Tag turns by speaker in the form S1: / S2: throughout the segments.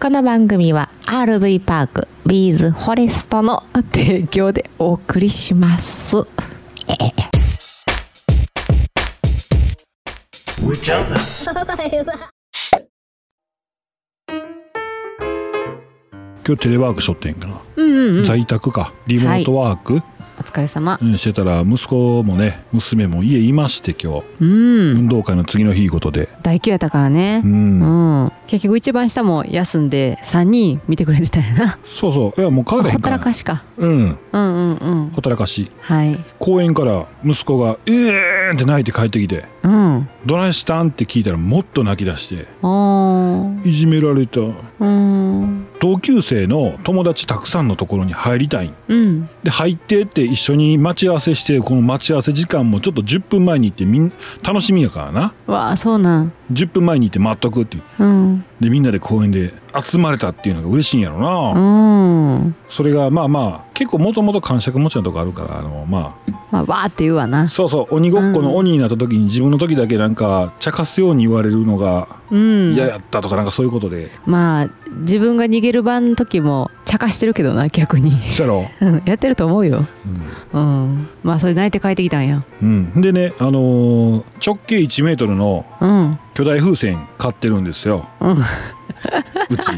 S1: この番組は RV パークビーズフォレストの提供でお送りします。
S2: 今日テレワークしとってんかな、
S1: うんうんうん。
S2: 在宅かリモートワーク、
S1: お疲れ様。
S2: うんしてたら息子もね娘も家いまして今日、
S1: うん。
S2: 運動会の次の日いうことで
S1: 大休やったからね
S2: う。ん、
S1: うん。結局一番下も休んで3人見てくれてたんやな。
S2: そうそういやもう帰れへ
S1: ほ
S2: ん
S1: った
S2: からら
S1: かしか。
S2: うん
S1: うんうんうん。
S2: ほったらかし
S1: はい。
S2: 公園から息子が「えーん!」って泣いて帰ってきて
S1: うん。
S2: 「どないしたん?」って聞いたらもっと泣き出して
S1: おー
S2: いじめられた
S1: うん。
S2: 同級生の友達たくさんのところに入りたいん
S1: うん。
S2: で入ってって一緒に待ち合わせしてこの待ち合わせ時間もちょっと10分前に行ってみん楽しみやからな
S1: わあ、そうなん。
S2: 10分前に行って待っとくっていう
S1: うん。
S2: でみんなで公園で集まれたっていうのが嬉しいんやろな、
S1: うん。
S2: それがまあまあ結構もともと感触持ちのとこあるからあのま
S1: まあ、わーって言うわ
S2: あ
S1: な。
S2: そうそう鬼ごっこ
S1: うん
S2: の鬼になった時に自分の時だけなんか茶化すように言われるのが
S1: うん。
S2: 嫌やったとかなんかそういうことで、
S1: まあ、自分が逃げる番の時も、茶化してるけどな、逆に。
S2: そやろ、
S1: うんやってると思うよ。
S2: うん
S1: うん。まあ、それ泣いて帰ってきたんや。
S2: うん、でね、あのー直径1メートルの
S1: うん。
S2: 巨大風船買ってるんですよ
S1: うん。
S2: うち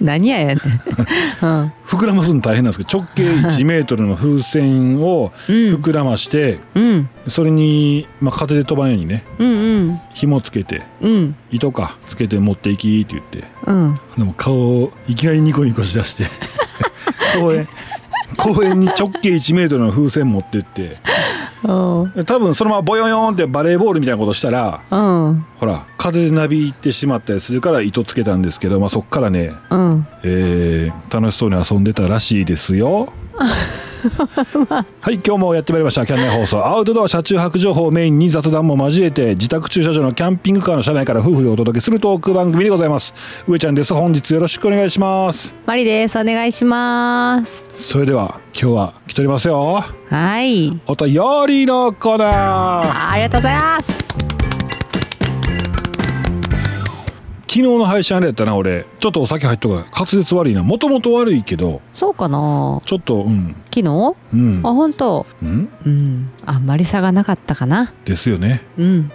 S1: 何ややねん。 うん。
S2: 膨らますの大変なんですけど直径1メートルの風船を
S1: うん。
S2: 膨らまして、
S1: うん。
S2: それに、まあ、風で飛ばんようにね
S1: うん。
S2: 紐つけて
S1: うん。うん。
S2: 糸かつけて持っていきって言って
S1: うん。
S2: でも顔をいきなりニコニコしだして 公園公園に直径1メートルの風船持ってって
S1: おう
S2: で多分そのままボヨヨーンってバレーボールみたいなことしたら
S1: うん。
S2: ほら風でなびいてしまったりするから糸つけたんですけど、まあ、そっからね、
S1: うん。
S2: えー楽しそうに遊んでたらしいですよ。はい今日もやってまいりましたキャンナイ放送アウトドア車中泊情報をメインに雑談も交えて自宅駐車場のキャンピングカーの車内から夫婦でお届けするトーク番組でございます上ちゃんです本日よろしくお願いします
S1: マリです。お願いします。
S2: それでは今日は来ておりますよ
S1: はい。
S2: お便りのコーナー
S1: あありがとうございます。
S2: 昨日の配信あれやったな俺ちょっとお酒入っとくから滑舌悪いなもともと悪いけど
S1: そうかな。
S2: ちょっとうん
S1: 昨日。
S2: うん
S1: あ、本当。
S2: うん
S1: うん。あんまり差がなかったかな。
S2: ですよね
S1: うん。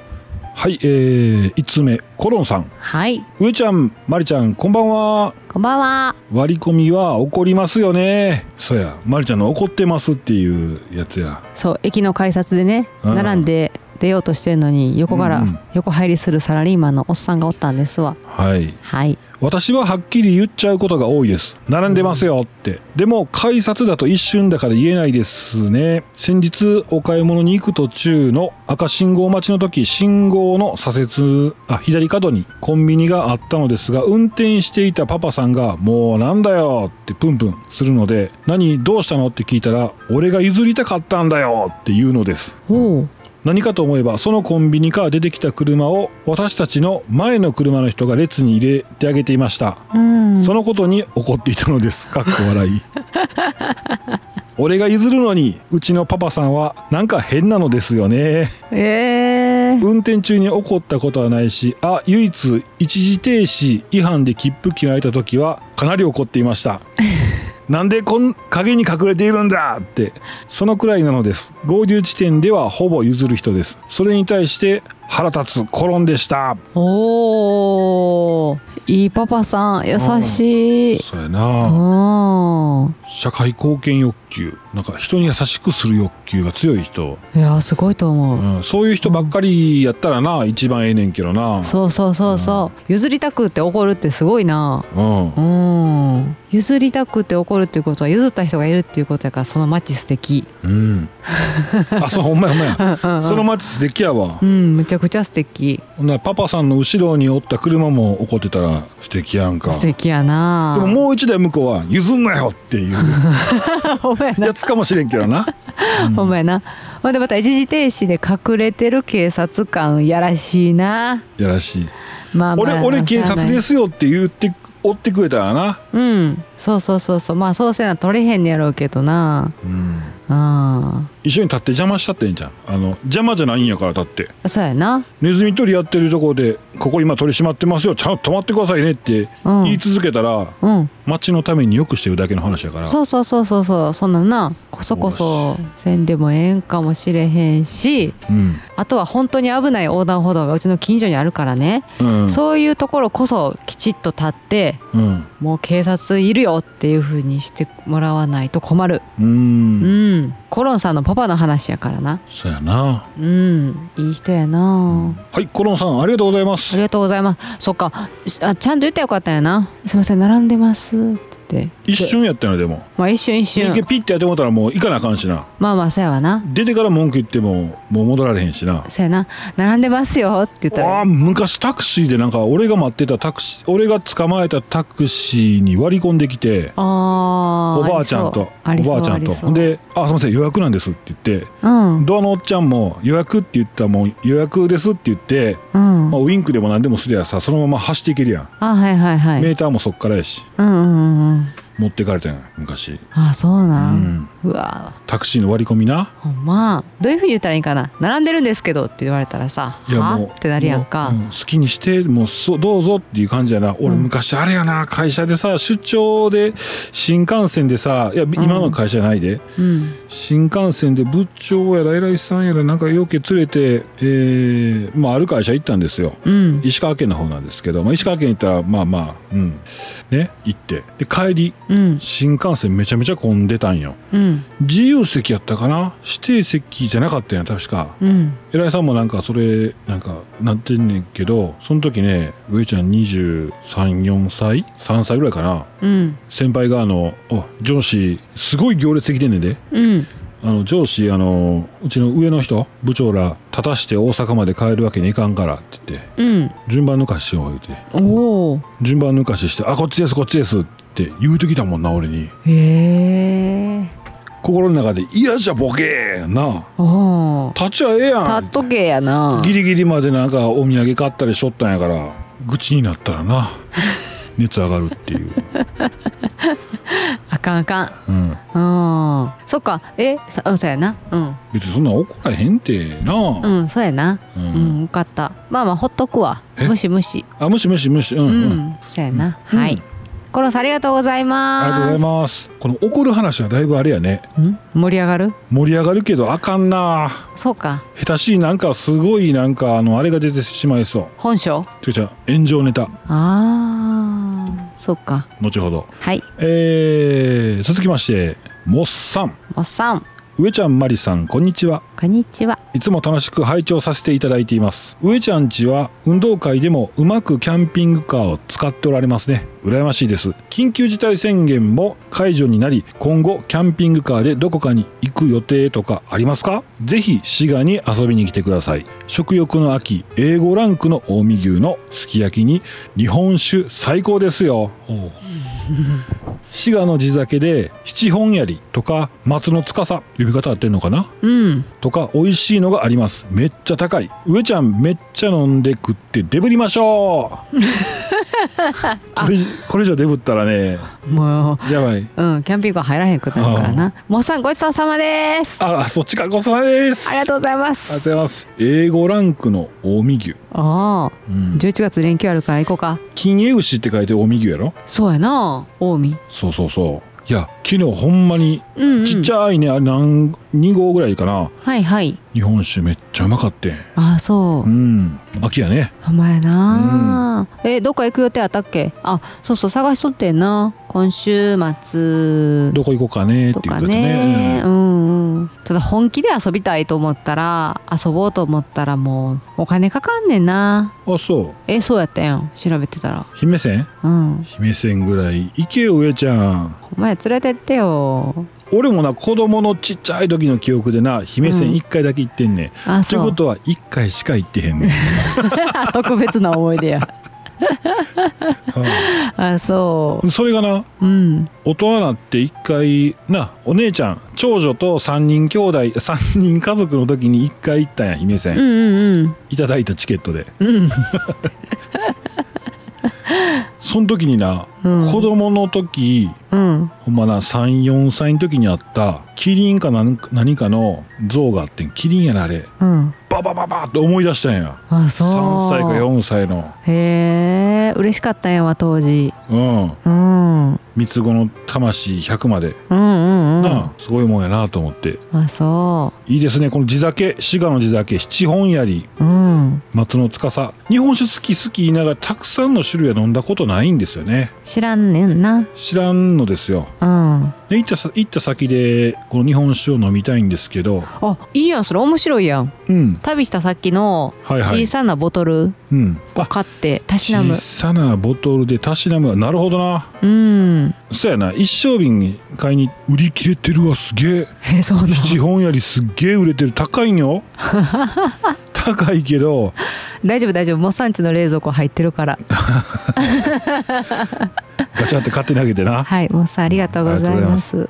S2: はいえー、5つ目コロンさん
S1: はい。
S2: 上ちゃんまりちゃんこんばんは
S1: こんばんは。
S2: 割り込みは怒りますよねそやまりちゃんの怒ってますっていうやつや
S1: そう、駅の改札でね、
S2: うん
S1: 並んで出ようとしてるのに、横から
S2: うん
S1: 横入りするサラリーマンのおっさんがおったんですわ。
S2: はい
S1: はい。
S2: 私ははっきり言っちゃうことが多いです並んでますよってでも改札だと一瞬だから言えないですね先日お買い物に行く途中の赤信号待ちの時信号の左折あ左角にコンビニがあったのですが運転していたパパさんが「もうなんだよ」ってプンプンするので「何どうしたの?」って聞いたら「俺が譲りたかったんだよ」って言うのです
S1: おお。
S2: 何かと思えばそのコンビニから出てきた車を私たちの前の車の人が列に入れてあげていました、
S1: うん。
S2: そのことに怒っていた のですかっこ笑い俺が譲るのにうちのパパさんはなんか変なのですよね
S1: ええー。
S2: 運転中に起こったことはないしあ唯一一時停止違反で切符切られた時はかなり怒っていました なんでこん影に隠れているんだってそのくらいなのです合流地点ではほぼ譲る人ですそれに対して腹立つ転んでした
S1: おお。いいパパさん、優しい。
S2: そうや
S1: う。
S2: なん社会貢献欲求なんか人に優しくする欲求が強い人、
S1: いやー、すごいと思う。
S2: うん、そういう人ばっかりやったらな一番ええねんけどな
S1: そうそうそうそう、譲りたくって怒るってすごいな
S2: うん
S1: うん譲りたくって怒るっていうことは譲った人がいるっていうことやからその街素敵
S2: うん、あそうほんまやほんまやその街素敵やわ
S1: う。んむちゃくちゃ素敵
S2: ほんならパパさんの後ろにおった車も怒ってたら素敵やんか。
S1: 素
S2: で
S1: 敵やな
S2: ももう一台向こうは譲んなよっていう
S1: ほんまやな
S2: やつかもしれんけどな。
S1: ほんまやなほんでまた一時停止で隠れてる警察官やらしいな
S2: やらしい。
S1: まあま
S2: 俺
S1: あ
S2: 俺警察ですすよって言って追ってくれたらな。
S1: うんそうそうそうそうまあそうせな取れへんねやろうけどな
S2: うん、
S1: あ
S2: 一緒に立って邪魔したってんじゃんあの邪魔じゃないんやからだって
S1: そうやな
S2: ネズミ捕りやってるところで「ここ今取り締まってますよちゃんと止まってくださいね」って
S1: うん
S2: 言い続けたら、
S1: うん
S2: 町のためによくしてるだけの話やから
S1: そうそうそうそうそうそんなんなこそこそせんでもええんかもしれへんし
S2: うん
S1: あとは本当に危ない横断歩道がうちの近所にあるからね、
S2: うん
S1: そういうところこそきちっと立って
S2: うん
S1: もう警察いるよっていう風にしてもらわないと困る
S2: う
S1: うんんコロンさんのパパの話やからな
S2: そうやな
S1: うんいい人やな、
S2: はいコロンさんありがとうございま
S1: あ
S2: す
S1: りがとうございますそっかしあちゃんと言ったらよかったんやなすいません並んでますって言って
S2: 一瞬やったのでも
S1: まあ一瞬一
S2: 一回
S1: 瞬
S2: ピッてやってもらったらもう行かなあかんしな
S1: まあまあそうやわな
S2: 出てから文句言ってももう戻られへんしな
S1: そうやな並んでますよって言った
S2: あ
S1: ら
S2: ー昔タクシーでなんか俺が待ってたタクシー俺が捕まえたタクシーに割り込んできて
S1: ああ
S2: おばあちゃんとお
S1: ありそう
S2: ばあちゃんと
S1: りそう
S2: ほんで「あすいません予約なんです」って言って
S1: うん
S2: ドアのおっちゃんも「予約」って言ったらもう「予約です」って言って、
S1: うん
S2: まあ、ウインクでも何でもすりゃさそのまま走っていけるやん、
S1: あはいはいはい
S2: メーターもそっからやし
S1: うんうんうんうん
S2: 持ってかれたんや昔
S1: あそうな
S2: うんん、
S1: うわ
S2: タクシーの割り込みな
S1: ほんまどういうふうに言ったらいいんかな並んでるんですけどって言われたらさはってなるやんか、
S2: もううん好きにしてもうそうどうぞっていう感じやな俺
S1: うん
S2: 昔あれやな会社でさ出張で新幹線でさいや今の会社じゃないで、
S1: うん
S2: 新幹線で部長やら偉いさんやらなんかよけ連れて、えーまあ、ある会社行ったんですよ
S1: うん
S2: 石川県の方なんですけど、まあ、石川県行ったらまあまあうんね行ってで帰り
S1: うん
S2: 新幹線めちゃめちゃ混んでたんよ
S1: うん
S2: 自由席やったかな指定席じゃなかったんや確か
S1: うん
S2: 偉いさんもなんかそれなんかなってんねんけどその時ね上ちゃん234歳3歳ぐらいかな
S1: うん
S2: 先輩があのお上司すごい行列できてんねんで
S1: うん
S2: あの上司あのうちの上の人部長ら立たして大阪まで帰るわけにいかんからって言って
S1: うん
S2: 順番抜かしよう言うて
S1: おお
S2: 順番抜かしして「あこっちですこっちです」って言うてきたもんな俺に
S1: へえ
S2: 心の中で「いやじゃボケーな
S1: おお
S2: 立ちゃええやん」
S1: たっとけやな
S2: ギリギリまでなんかお土産買ったりしょったんやから愚痴になったらな 熱上がるっていう、
S1: あかんあかん
S2: うん、
S1: うんそっかえそうんそうやな
S2: 別にそんな怒らへんてな、
S1: うんうんそうやな
S2: う
S1: うんんよかったまあまあほっとくわ
S2: え
S1: 無視無視
S2: あむしむしむしう
S1: う
S2: んうん、
S1: んそうやな
S2: うん
S1: はいコロンさんありがとうござい
S2: ありがとうご
S1: ま
S2: ざ
S1: す
S2: いますこの怒る話はだいぶあれやね
S1: ん盛り上がる
S2: 盛り上がるけどあかんな
S1: そうか
S2: 下手しいなんかすごいなんかあのあれが出てしまいそ
S1: 本性
S2: うちょちゃ炎上ネタ
S1: あーそうか
S2: 後ほど
S1: はい
S2: えー、続きましてもっさん
S1: おっさん
S2: 上ちゃんまりさんこんにちは
S1: こんにちはい
S2: つも楽しく拝聴させていただいています上ちゃんちは運動会でもうまくキャンピングカーを使っておられますね羨ましいです緊急事態宣言も解除になり今後キャンピングカーでどこかに行く予定とかありますかぜひ滋賀に遊びに来てください食欲の秋 A5 ランクの近江牛のすき焼きに日本酒最高ですよ滋賀の地酒で七本槍とか松の司呼び方合ってんのかな
S1: うん
S2: とか美味しいのがありますめっちゃ高い上ちゃんめっちゃ飲んで食ってデブりましょ うこれこれ以上デブったらね
S1: もう
S2: やばい
S1: うんキャンピングカー入らへんくなるからなもっさんごちそうさまですあ
S2: あそっちかごちそうさまです
S1: りがとうございます
S2: ありがとうございます英語ランクの近江牛、
S1: ああ
S2: うん、
S1: 11月連休あるから行こうか
S2: 金江牛って書いて近江牛やろ
S1: そうやな近江
S2: そうそうそういや昨日ほんまに
S1: うん、うん、
S2: ちっちゃいね、あれ何2号ぐらいかな
S1: はいはい
S2: 日本酒めっちゃうまかってん
S1: ああそううん
S2: 秋やね
S1: ほんまやな、えどっか行く予定あったっけあそうそう探しとってんな今週末
S2: どこ行こうかねって
S1: と
S2: いうこ
S1: か
S2: とで
S1: ね
S2: ね
S1: うんうんただ本気で遊びたいと思ったら遊ぼうと思ったらもうお金かかんねんな
S2: うんあそう
S1: えそうやったやん調べてたら
S2: 姫線
S1: うん
S2: 姫線ぐらい行けよ上ちゃん
S1: お前連れてってよ
S2: 俺もな子供のちっちゃい時の記憶でな姫
S1: う
S2: 線
S1: ん
S2: 1回だけ行ってんね、
S1: あ
S2: ん、という
S1: そ
S2: こ
S1: う
S2: とは1回しか行ってへ んねん
S1: 特別な思い出や
S2: は
S1: あそ
S2: あそれがな
S1: ううん
S2: 大人なって1回なお姉ちゃん長女と3人兄弟3人 家族の時に1回行ったんや姫
S1: うん
S2: 線
S1: うんうん
S2: いただいたチケットで
S1: うん
S2: その時にな、
S1: うん
S2: 子供の時
S1: うん
S2: ほんまな34歳の時にあったキリンか何か何かの像があってんキリンやなあれ
S1: うん
S2: ババババって思い出したんや
S1: あそう
S2: 3歳か4歳の
S1: へえ嬉しかったんやわ当時、
S2: うん
S1: うん、うん
S2: 三つ子の魂100まで、
S1: うんうん
S2: なあすごいもんやなと思って
S1: あそ
S2: いいですねこの地酒滋賀の地酒七本槍
S1: ううん
S2: 松の司日本酒好き好き言いながらたくさんの種類は飲んだことないんですよね
S1: 知らんねんな
S2: 知らんのですよ
S1: うん
S2: で行ったさ行った先でこの日本酒を飲みたいんですけど
S1: あいいやんそれ面白いやん
S2: うん
S1: 旅した先の
S2: はいはい
S1: 小さなボトル
S2: うん
S1: を
S2: あ
S1: 買ってたしなむ、
S2: 小さなボトルでたしなむわなるほどな
S1: うん
S2: そうやな一升瓶買いに売り切れてるわすげえ
S1: えそうなの
S2: 七本槍すっげえ売れてる高いん よ高いけど
S1: 大丈夫大丈夫モッサンチの冷蔵庫入ってるから
S2: ガチャって買って投げてな
S1: はいモッサンありがとうございます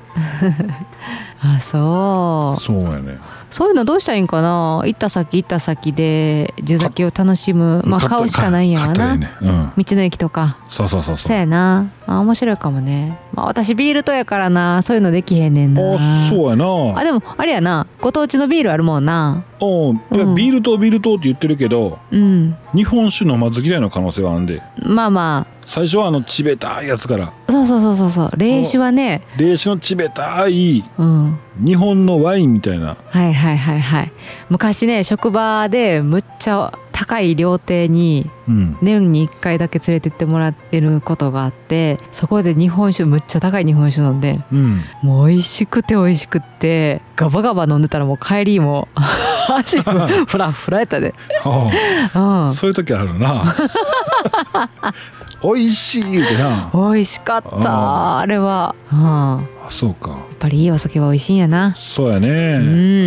S1: あそ
S2: そうやね
S1: うそういうのどうしたらいいんかな行った先行った先で地酒を楽しむまあ
S2: 買った
S1: 買うしかないんやわ
S2: 買った
S1: な、
S2: らええねうん
S1: 道の駅とか
S2: そうそうそう
S1: そ
S2: そうう
S1: やなあ面白いかもね、まあ、私ビールとやからなそういうのできへんねんな
S2: あそうや
S1: あ
S2: な
S1: でもあれやなご当地のビールあるもんな
S2: うんいや
S1: うん
S2: ビールとビールとって言ってるけど
S1: うん
S2: 日本酒飲まず嫌いの可能性はあんで
S1: まあま
S2: 最初はあのちべたいやつから
S1: あそうそうそうそうそう冷酒はね
S2: 霊酒のちべたい
S1: うん
S2: 日本のワインみたいな
S1: はいはいはいはい昔ね職場でむっちゃ高い料亭に
S2: うん
S1: 年に1回だけ連れてってもらってることがあってそこで日本酒むっちゃ高い日本酒飲んで
S2: うん
S1: もう美味しくて美味しくってガバガバ飲んでたらもう帰り も足フラフラやったで、
S2: あ
S1: うん
S2: あ、そういう時ある な美味しい言うてな
S1: 美味しかった
S2: あ
S1: あれは、うん、や
S2: あそうか
S1: っぱりいいお酒は美味しいんやな、
S2: そうやね,、
S1: う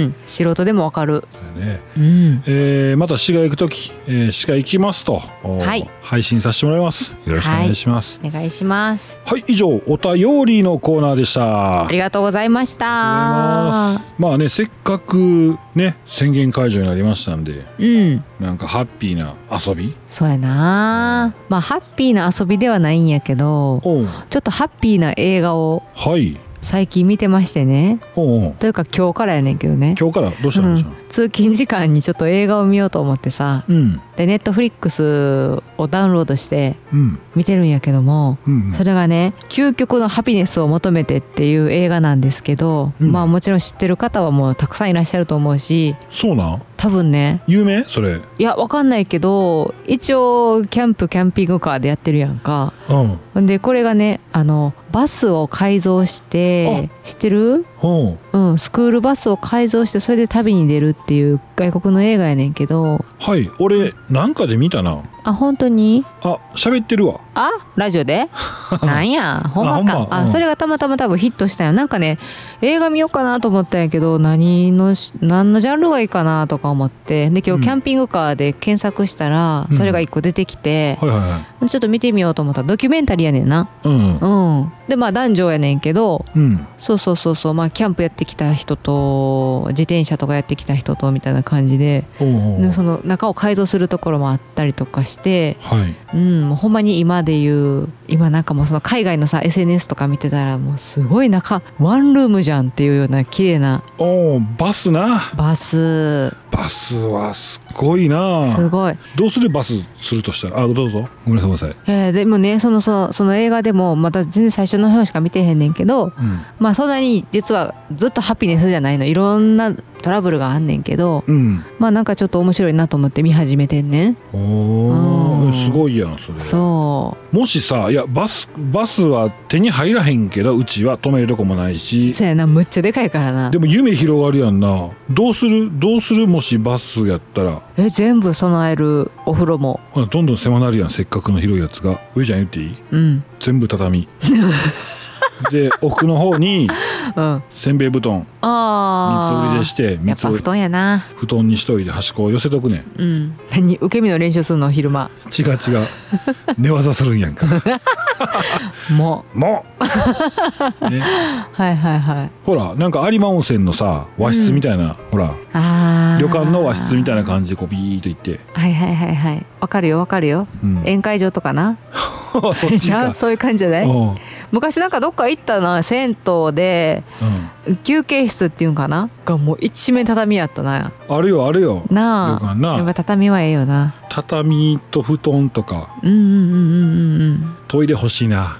S1: ん素人でもわかる
S2: そうやね
S1: うん
S2: えーまた滋賀行く時、えー滋賀行きますと、お
S1: はい
S2: 配信させてもらいますよろしくお願いします
S1: お願いします
S2: はい、以上お便りのコーナーでした
S1: ありがとうございました
S2: ありがとうございますまあねせっかくね宣言解除になりましたんで
S1: うん
S2: なんかハッピーな遊び
S1: そうやなまあハッピーな遊びではないんやけど
S2: おう
S1: ちょっとハッピーな映画を
S2: はい
S1: 最近見てましてね
S2: おうおう
S1: というか今日からやねんけどね
S2: 今日からどうした
S1: う
S2: のじゃ
S1: ん通勤時間にちょっと映画を見ようと思ってさ
S2: うん
S1: でネットフリックスをダウンロードして
S2: うん
S1: 見てるんやけども
S2: うん
S1: それがね「究極のハピネスを求めて」っていう映画なんですけど、
S2: うん
S1: まあもちろん知ってる方はもうたくさんいらっしゃると思うし
S2: そうなん
S1: 多分ね
S2: 有名それ
S1: いやわかんないけど一応キャンプキャンピングカーでやってるやんか
S2: うん
S1: んでこれがねあのバスを改造して知ってる
S2: おう
S1: うん、スクールバスを改造してそれで旅に出るっていう外国の映画やねんけど
S2: はい俺なんかで見たな
S1: あ本当に
S2: あ喋ってるわ
S1: あラジオ でなんやほんまか
S2: あほ
S1: あ
S2: んまうん
S1: それがたまたま多分ヒットしたよなんかね映画見ようかなと思ったんやけど何のし何のジャンルがいいかなとか思ってで今
S2: うん
S1: 日キャンピングカーで検索したら
S2: うん
S1: それが一個出てきて、
S2: はいはいはい
S1: ちょっと見てみようと思ったらドキュメンタリーやねんな
S2: うん
S1: うんでまあ男女やねんけど
S2: うん
S1: そうそうそうそうまあキャンプやってきた人と自転車とかやってきた人とみたいな感じで
S2: おうおう
S1: でその中を改造するところもあったりとかして
S2: はい
S1: うん、もうほんまに今で言う今なんかもうその海外のさ SNS とか見てたらもうすごい中ワンルームじゃんっていうような綺麗な
S2: おうバスな
S1: バス
S2: バスはすごいな
S1: すごい、
S2: どうするバスするとしたらあどうぞごめんなさいごめんなさい
S1: えーでもねそのそのその映画でもまた全然最初の方しか見てへんねんけどまあそんなに実はずっとハピネスじゃないのいろんなトラブルがあんねんけど
S2: うん
S1: まあなんかちょっと面白いなと思って見始めてんねん
S2: うんお
S1: う
S2: お
S1: ん
S2: すごいやんそれ
S1: そ
S2: もしさいやバスバスは手に入らへんけどうちは止めるとこもないうし
S1: そやなむっちゃでかいからな
S2: でも夢広がるやんなどうするどうするもしバスやったら
S1: え全部備えるお風呂も
S2: ほらどんどん狭なるやんせっかくの広いやつが上ちゃん言っていい
S1: うん
S2: 全 部畳で奥の方に
S1: うん
S2: せんべい布団三つ
S1: ああ
S2: 折りでして
S1: や
S2: 三
S1: っ
S2: つ
S1: ぱ
S2: 折
S1: 布
S2: り
S1: 団やな。
S2: 布団にしといて端っこを寄せとくねん
S1: うん。何受け身の練習するの昼間。
S2: 違う違う寝技するんやんか
S1: も
S2: もう、ね、
S1: うはいはいはい
S2: ほらなんか有馬温泉のさ和室みたいな、ほら
S1: あー
S2: 旅館の和室みたいな感じでこうビーッと行って、
S1: はいはいはいはいわかるよわかるよ
S2: うん、
S1: 宴会場とかな
S2: そっち
S1: じゃ
S2: か
S1: あ そういう感じじゃない
S2: うんうん
S1: 昔なんかどっか行ったな銭湯で休憩室っていうんかながもう一面畳やったな
S2: あるよあるよ旅
S1: な
S2: 館
S1: あやっ
S2: な
S1: ぱ畳はええよな
S2: 畳と布団とか
S1: うんうんうんうんうんうん
S2: トイレ欲しいな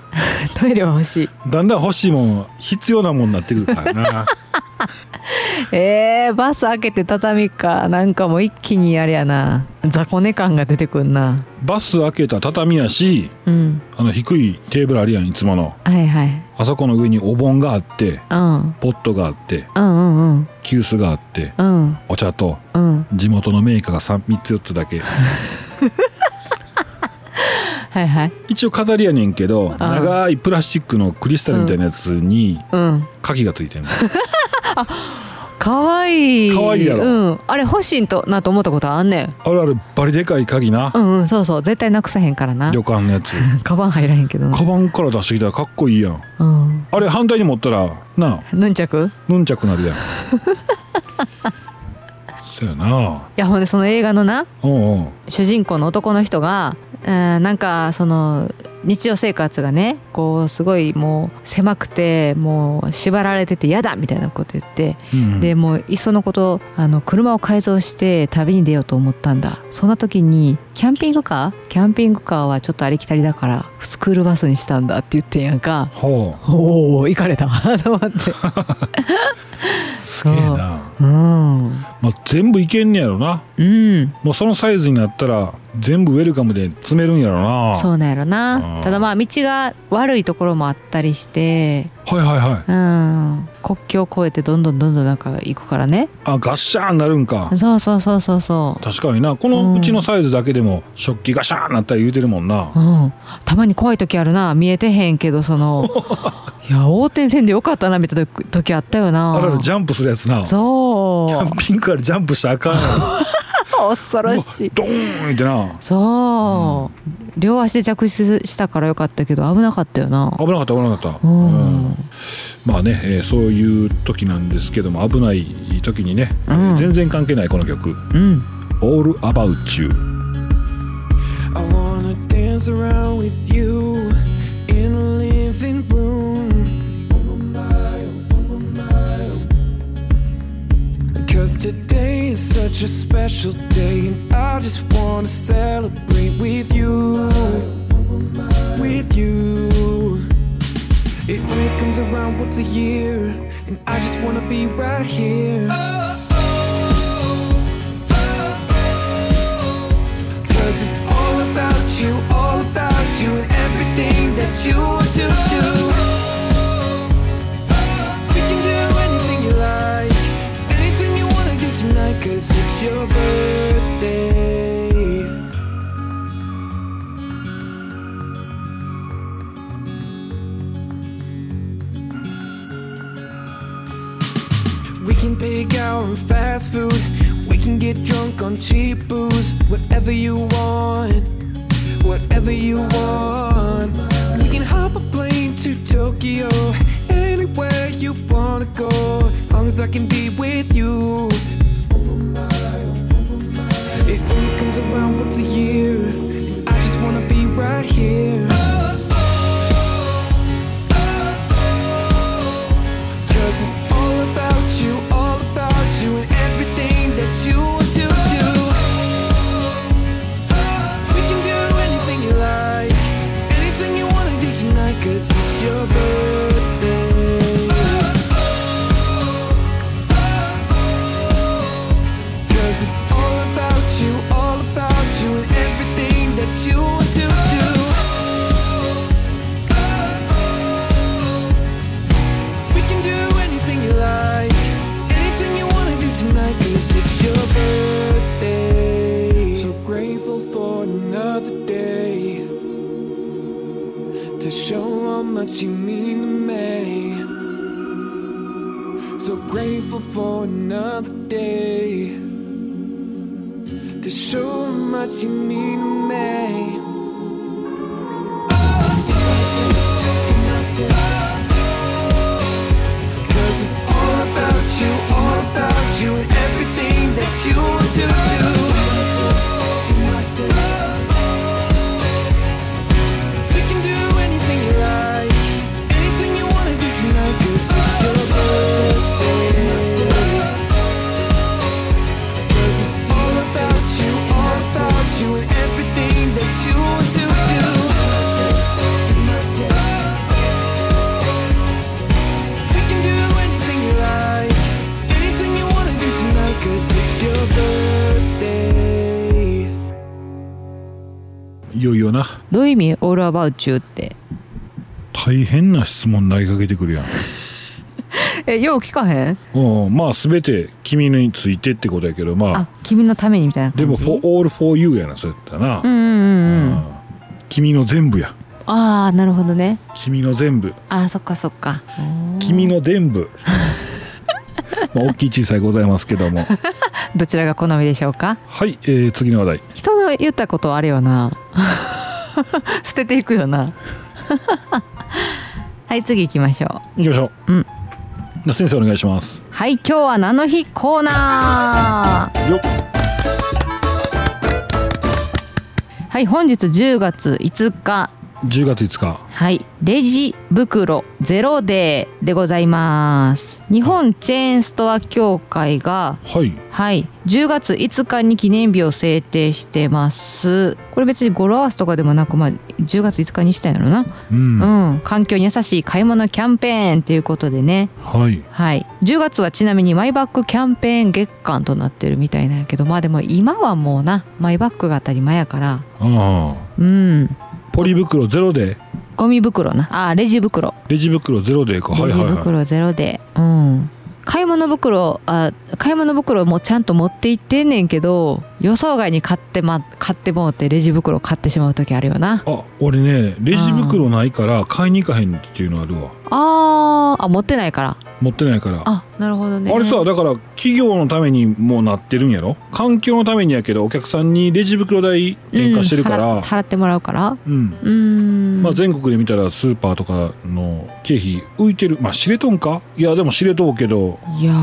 S1: トイレは欲しい
S2: だんだん欲しいもん必要なもんになってくるか らな
S1: えー、バス開けて畳かなんかもう一気にあれやな雑魚寝感が出てくんな
S2: バス開けた畳やし
S1: うん
S2: あの低いテーブルあるやんいつもの
S1: はいはい
S2: あそこの上にお盆があって
S1: うん
S2: ポットがあって
S1: うんうん
S2: 急須があって
S1: うんうん
S2: お茶と
S1: うん
S2: 地元のメーカーが 3, 3つ4つだけ
S1: はいはい
S2: 一応飾りやねんけど長いプラスチックのクリスタルみたいなやつに
S1: うん
S2: 鍵がついてるの、
S1: かわいい
S2: かわいいやろ
S1: うん、あれ欲しいんとなと思ったことあんねん
S2: あるあるバリでかい 鍵な
S1: うんうんそうそう絶対なくさへんからな
S2: 旅館のやつ
S1: カバン入らへんけどな
S2: カバンから出してきたらかっこいいやん
S1: うん
S2: あれ反対に持ったらな
S1: ヌンチャク
S2: あヌンチャクなるやん そやない
S1: やほんでその映画のな
S2: うんうん
S1: 主人公の男の人が、うん、なんかその日常生活がねこうすごいもう狭くてもう縛られてて嫌だみたいなこと言って、
S2: うんうん
S1: でもういっそのことあの車を改造して旅に出ようと思ったんだそんな時にキャンピングカーキャンピングカーはちょっとありきたりだからスクールバスにしたんだって言ってんやんか
S2: ほ
S1: おお行かれた と思って
S2: う すげえな
S1: うん
S2: まあ、全部いけんねやろな
S1: うん
S2: もうそのサイズになったら全部ウェルカムで詰めるんやろな
S1: そうなんやろ
S2: う
S1: なんただまあ道が悪いところもあったりして
S2: はいはいはい
S1: うん国境を越えてどんどんどんどんなんか行くからね
S2: あガッシャーンなるんか
S1: そうそうそうそうそ
S2: 確かになこ
S1: う
S2: の
S1: ん
S2: うちのサイズだけでも食器ガシャーンなったら言うてるもんな
S1: う、うん、たまに怖い時あるな見えてへんけどそ のいや横転せんでよかったなみたいな時あったよな
S2: あららジャンプするやつな
S1: そ
S2: キャン
S1: う
S2: ピングカーでジャンプしたらあかんやろ
S1: 恐ろしい
S2: ドーンってな
S1: そう、両足で着地したからよかったけど危なかったよな
S2: 危なかった危なかっ
S1: う
S2: た、
S1: ん
S2: うんまあね、えーそういう時なんですけども危ない時にね、
S1: うん
S2: えー全然関係ないこの曲
S1: うん
S2: 「All About You
S3: I wanna dance around with you in a living room. Cause today is such a special day, and I just wanna celebrate with you. With you. It all comes around once a year, and I just wanna be right here. Cause it's all about you, all about you, and everything that you want to do. We can do anything you like, anything you wanna do tonight, cause it's your birthday. We can pick out on fast food. We can get drunk on cheap booze. Whatever you want, whatever you want. We can hop a plane to Tokyo. Anywhere you wanna go, long as I can be with you. It only comes around once a year. and I just wanna be right here. Cause it's all about you, all about you, and everything that you want to do. We can do anything you like, anything you wanna do tonight, cause it's your birthday. Cause it's all about you, all about you, and everything that you want to do. We can do anything you like, anything you wanna do tonight, cause it's your birthday. So grateful for another day to show how much you mean to me. So grateful for another day to show Oh, how much you mean to me.
S2: な
S1: どういう意味 all about you って
S2: 大変な質問投げかけてくるやん
S1: えよう聞かへん
S2: うん、まあ全て君についてってことやけどまあ
S1: あ君のためにみたいな
S2: で
S1: 感
S2: も「
S1: じ
S2: for all for you」やなそうやったな、
S1: うんうんうんうん
S2: うん君の全部や
S1: ああなるほどね
S2: 君の全部
S1: あーそっかそっか
S2: 君の全部まあ大きい小さいございますけど も
S1: どちらが好みでしょうか
S2: はい、えー、次の話題
S1: 人の言ったことあるよな 捨てていくよな はい次行きましょ
S2: いきましょう、
S1: うん
S2: な先生お願いします
S1: うはい今日は何の日コーナー
S2: よっ
S1: はい本日10月5日
S2: 10月5日
S1: はいレジ袋ゼロデーでございます日本チェーンストア協会が
S2: はい
S1: はい、10月5日に記念日を制定してます。これ別に語呂合わせとかでもなく、まあ、10月5日にしたんやろな。
S2: うん、
S1: うん、環境に優しい買い物キャンペーンということでね。
S2: はい
S1: はい、10月はちなみにマイバッグキャンペーン月間となってるみたいなんやけど、まあでも今はもうな、マイバッグが当たり前やから。
S2: あ
S1: うん、
S2: あポリ袋ゼロで
S1: ゴミ袋な、あ、レジ袋、
S2: レジ袋ゼロでかは
S1: レ
S2: い
S1: ジ
S2: はいはい
S1: 袋ゼロで、うん。買い物袋あ買い物袋もちゃんと持って行ってんねんけど予想外に買ってま買ってもうてレジ袋買ってしまう時あるよな
S2: あ俺ねレジ袋ないから買いに行かへんっていうのあるわ
S1: あーあ持ってないから
S2: 持ってないから
S1: あなるほどね
S2: あれさだから企業のためにもうなってるんやろ環境のためにやけどお客さんにレジ袋代転嫁してるか
S1: うん払
S2: ら
S1: 払ってもらうから
S2: うん、
S1: うーん
S2: まあ、全国で見たらスーパーとかの経費浮いてるまあ知れとんかいやでも知れとうけど
S1: いや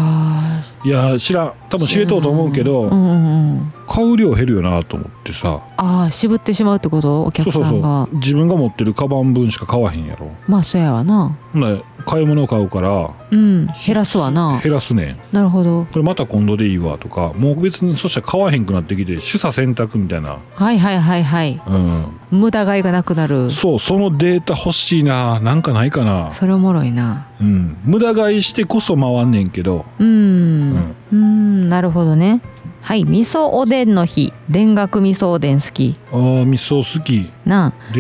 S1: ー
S2: いや知らん多分知れとうと思うけど、
S1: うんうんうん、
S2: 買う量減るよなと思ってさ
S1: ああ渋ってしまうってことお
S2: そ
S1: 客
S2: うそう
S1: さんが
S2: そう自分が持ってるカバン分しか買わへんやろ
S1: まあそうやわな
S2: ほんなら買い物買うから
S1: うん減らすわな
S2: 減らすねん
S1: なるほど
S2: これまた今度でいいわとかもう別にそしたら買わへんくなってきて取捨選択みたいな
S1: はいはいはいはい
S2: うん
S1: 無駄買いがなくなる
S2: そうそのデータ欲しいななんかないかな、
S1: それおもろいな
S2: うん、無駄買いしてこそ回んねんけど
S1: うーんうーんなるほどねはい味噌おでんの日田楽味噌おでん好き
S2: あー味噌好き
S1: な
S2: 田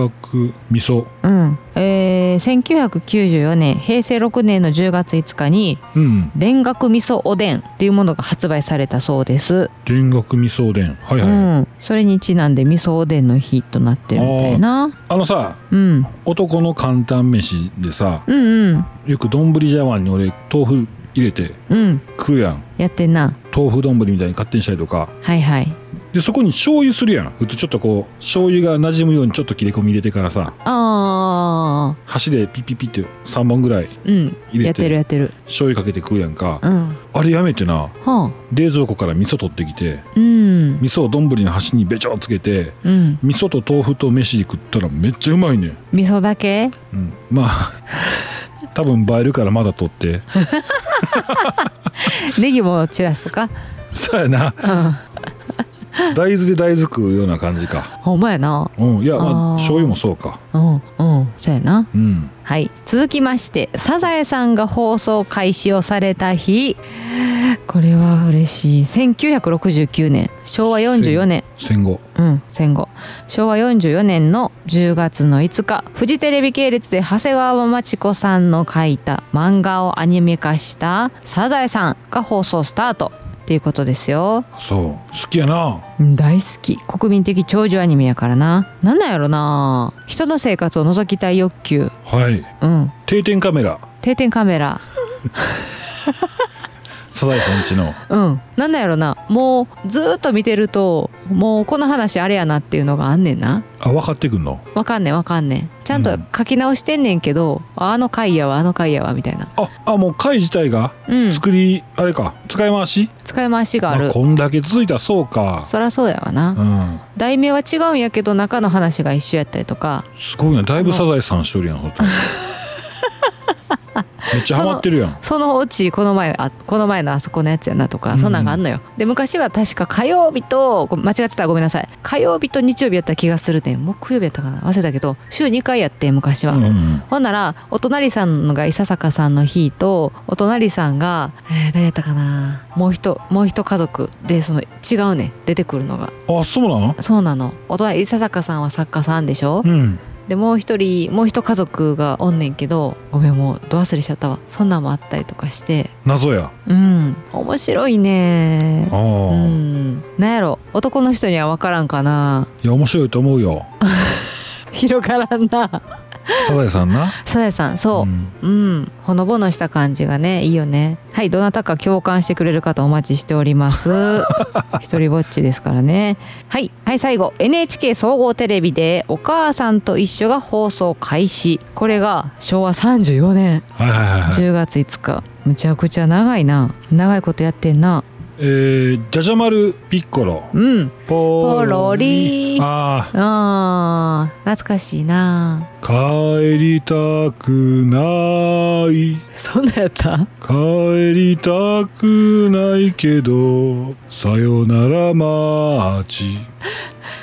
S2: 楽味噌
S1: あうんえー、1994年平成6年の10月5日に
S2: うん
S1: 田楽味噌おでんっていうものが発売されたそうです、
S2: 田楽味噌おでんはいはい、
S1: うんそれにちなんで味噌おでんの日となってるみたいな
S2: あのさ
S1: うん
S2: 男の簡単飯でさ
S1: うんうん
S2: よく丼茶碗に俺豆腐入れて
S1: うん
S2: 食うやん
S1: やってんな
S2: 豆腐丼みたいに勝手にしたりとか
S1: はいはい
S2: でそこに醤油するやん普通ちょっとこう醤油が馴染むようにちょっと切れ込み入れてからさ
S1: あ
S2: 箸でピッピッピッって3本ぐらい
S1: ーうん
S2: 入
S1: や
S2: れ
S1: ってる
S2: て
S1: やってる
S2: 醤油かけて食うやんか
S1: うん
S2: あれやめてな
S1: はあ
S2: 冷蔵庫から味噌取ってきて
S1: うん
S2: 味噌を丼の端にべちょつけて
S1: うん
S2: 味噌と豆腐と飯で食ったらめっちゃうまいねん、
S1: 味噌だけ
S2: うん、まあ 多分映えるからまだ取 って
S1: ネギも散らすとか
S2: そうやな大豆で大豆食うような感じか
S1: ほんまやな
S2: うんいやまあ
S1: あー
S2: 醤油もそうか
S1: うんうんそうやな
S2: うん
S1: はい続きまして「サザエさん」が放送開始をされた日これは嬉しい1969年昭和44年
S2: 戦後
S1: うん戦後昭和44年の10月の5日フジテレビ系列で長谷川町子さんの書いた漫画をアニメ化した「サザエさん」が放送スタートっていうことですよ
S2: そう好きやな
S1: うん大好き国民的長寿アニメやからななんなんやろな人の生活を覗きたい欲求
S2: はい
S1: うん
S2: 定点カメラ
S1: 定点カメラ
S2: サザエさんちの
S1: うんなんなんやろなもうずーっと見てるともうこの話あれやなっていうのがあんねんな
S2: あ分かってくんの
S1: わかんねんわかんねんちゃん
S2: う
S1: と
S2: ん
S1: 書き直してんねんけど、あの回やわあの回やわみたいな
S2: ああもう貝自体が
S1: うん
S2: 作り、あれか使い回し
S1: 使い回しがあ
S2: あ
S1: る
S2: こんだけ続いたらそうか
S1: そらそうやわな、
S2: うん
S1: 題名は違うんやけど中の話が一緒やったりとか
S2: すごいなだいぶサザエさんしとるやんほんとにめっちゃハマってるやん
S1: そのオチこの前あこの前のあそこのやつやなとかそんなんがあんのよ、で昔は確か火曜日とご間違ってたらごめんなさい火曜日と日曜日やった気がするね木曜日やったかな忘れたけど週2回やって昔は、
S2: うんうん
S1: ほんならお隣さんのが伊佐坂さんの日とお隣さんが、えー誰やったかなもう一もう一家族でその違うね出てくるのが
S2: あそうなん
S1: そうなのお隣伊佐坂さんは作家さんでしょ、
S2: うん
S1: でもう一人もう一家族がおんねんけどごめんもうド忘れしちゃったわそんなんもあったりとかして
S2: 謎や
S1: うん面白いね
S2: ああ、
S1: うんなんやろ男の人には分からんかない
S2: や面白いと思うよ
S1: 広がらんな
S2: サザエさんな
S1: サザエさんそう、
S2: ん
S1: うん、ほのぼのした感じがねいいよねはいどなたか共感してくれる方お待ちしております 一人ぼっちですからねはいはい最後 NHK 総合テレビで「お母さんと一緒」が放送開始これが昭和34年
S2: はいはいはいはい
S1: 10月5日むちゃくちゃ長いな長いことやってんな
S2: えー、じゃじゃ丸ピッコロ
S1: うん
S2: ポ
S1: ポロリ
S2: あ
S1: あー懐かしいな
S2: あ帰りたくない
S1: そんなやった
S2: 帰りたくないけどさよならマーチ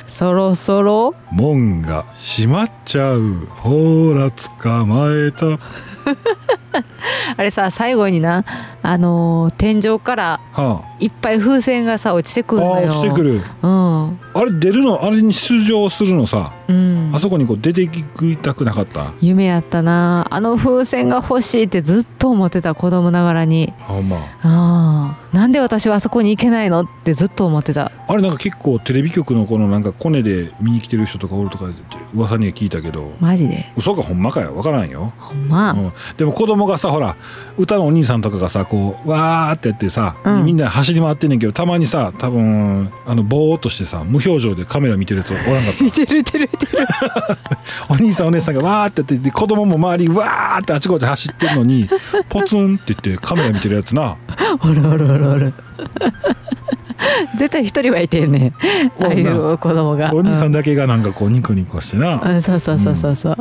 S1: そろそろ
S2: 門が閉まっちゃうほら捕まえた
S1: あれさ最後になあのー天井から
S2: はい
S1: っぱい風船がさ落ちて
S2: あ、
S1: くる
S2: あ
S1: の
S2: ー
S1: よ
S2: 落ちてくる
S1: うん
S2: あれ出るのあれに出場するのさ
S1: うん
S2: あそこにこう出てきたくなかった
S1: 夢やったなあの風船が欲しいってずっと思ってた子供ながらに
S2: あほんま
S1: ああなんで私はあそこに行けないのってずっと思ってた
S2: あれなんか結構テレビ局のこのなんかコネで見に来てる人とかおるとかって噂には聞いたけど
S1: マジで
S2: 嘘かほんまかやわからんよ、
S1: ほんま、
S2: うん、でも子供がさほら歌のお兄さんとかがさこうわーってやってさ、
S1: うん
S2: みんな走り回ってんねんけどたまにさ多分あのぼーっとしてさ無表情でカメラ見てるやつおらんかった
S1: 見てる見てる見てる
S2: お兄さんお姉さんがわーってやってで子供も周りわーってあちこち走ってるのにポツンって言ってカメラ見てるやつな
S1: おるおるおる おる絶対一人はいてんねんああいう子供が
S2: お兄さん
S1: だ
S2: だけがなんかこうニコニコしてな
S1: うん、そうそうそうそうそ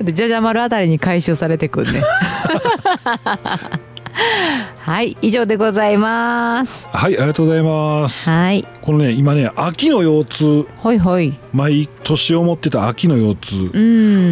S1: う、でじゃじゃ丸あたりに回収されてくんねはい以上でございます
S2: はいありがとうございます
S1: はい
S2: このね今ね秋の腰痛
S1: ほいほい
S2: 毎年思ってた秋の腰痛
S1: う、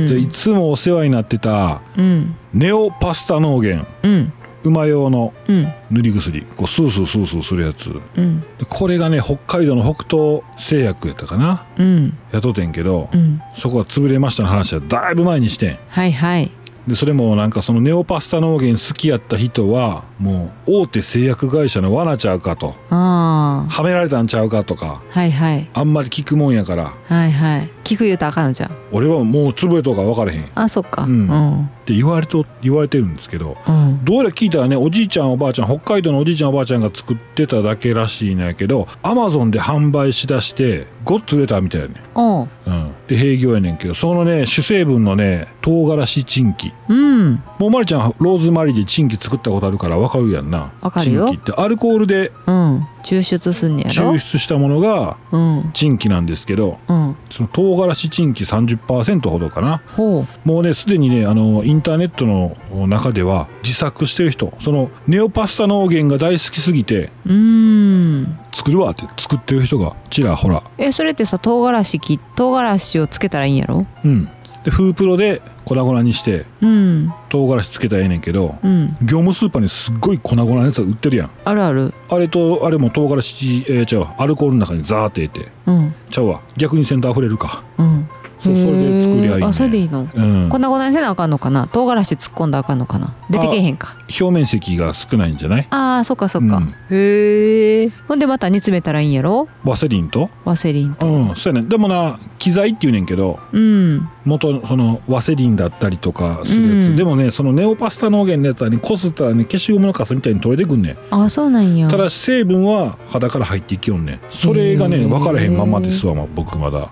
S2: でい
S1: ん
S2: つもお世話になってた
S1: うん
S2: ネオパスタ農源
S1: うん
S2: 馬用の
S1: うん
S2: 塗り薬こうスースースースーするやつ
S1: うん
S2: でこれがね北海道の北東製薬やったかな
S1: うん
S2: 雇ってんけど、
S1: うん
S2: そこが潰れましたの話はだいぶ前にしてん
S1: はいはい
S2: でそれもなんかそのネオパスタ農源好きやった人はもう大手製薬会社の罠ちゃうかと
S1: ああ
S2: はめられたんちゃうかとか
S1: はいはい
S2: あんまり聞くもんやから
S1: はいはい聞く言うたらあかんのじゃん
S2: 俺はもう潰れとうか分からへんっ
S1: あそっか
S2: う
S1: うんんうん、
S2: て言われと言われてるんですけど
S1: うん、
S2: どうやら聞いたらねおじいちゃんおばあちゃん北海道のおじいちゃんおばあちゃんが作ってただけらしいんやけどアマゾンで販売しだしてごっつ売れたみたいやね
S1: お
S2: うんで営業やねんけどそのね主成分のね唐辛子チンキ
S1: うん
S2: もうまりちゃんローズマリーでチンキ作ったことあるからわかるやんな
S1: わかるよ
S2: チンキってアルコールで
S1: うん抽出すんねやろ
S2: 抽出したものが
S1: うん
S2: チンキなんですけど
S1: うん
S2: その唐辛子チンキ30%ほどかな
S1: ほう
S2: もうねすでにねあのインターネットの中では自作してる人そのネオパスタ農源が大好きすぎて
S1: うーん
S2: 作るわって作ってる人がちらほら
S1: えそれってさ唐辛子き唐辛子をつけたらいいんやろ
S2: うんでフープロで粉々にして
S1: うん
S2: 唐辛子つけたらええねんけど
S1: うん
S2: 業務スーパーにすっごい粉々のやつが売ってるやん
S1: あるある
S2: あれとあれも唐辛子えー、ちゃうわアルコールの中にザーって入れて
S1: うん
S2: ちゃうわ逆にセンター溢れるか
S1: うん
S2: そうそれで作りゃいいね
S1: へーあそれでいいの
S2: うん
S1: 粉々にせなあかんのかな唐辛子突っ込んだらあかんのかな出てけへんか
S2: 表面積が少ないんじゃない
S1: あーそっかそっか、
S2: うん
S1: へえほんでまた煮詰めたらいいんやろ
S2: ワセリンと
S1: ワセリン
S2: うんそうやねでもな機材って言うねんけど
S1: うん
S2: 元そのワセリンだったりとかするやつ、
S1: うん
S2: でもねそのネオパスタ農源のやつはねこすったらね消しゴムのカスみたいに取れてくんねん
S1: あそうなんや
S2: ただし成分は肌から入っていきよんねんそれが
S1: へ
S2: ね
S1: ー
S2: 分からへんままですわ、まあ僕まだ
S1: へ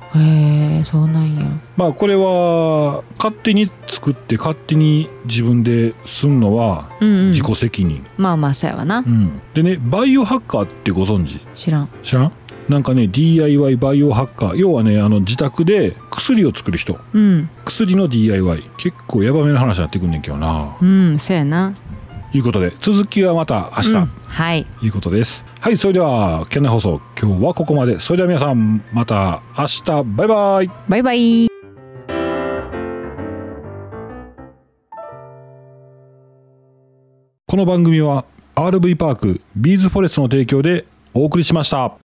S1: えそうなんや
S2: まあこれは勝手に作って勝手に自分ですんのは
S1: うん、うん、
S2: 自己責任、
S1: まあまあそうやわな、
S2: うん、でねバイオハッカーってご存知
S1: 知らん
S2: 知らんなんかね DIY バイオハッカー要はねあの自宅で薬を作る人
S1: うん
S2: 薬の DIY 結構ヤバめの話になってくんねんけどな
S1: うんそうやな
S2: いうことで続きはまた明日、
S1: うんはい
S2: いうことですはいそれでは県内放送今日はここまでそれでは皆さんまた明日バイバイ
S1: バイバイ
S2: この番組は RV パークビーズフォレストの提供でお送りしました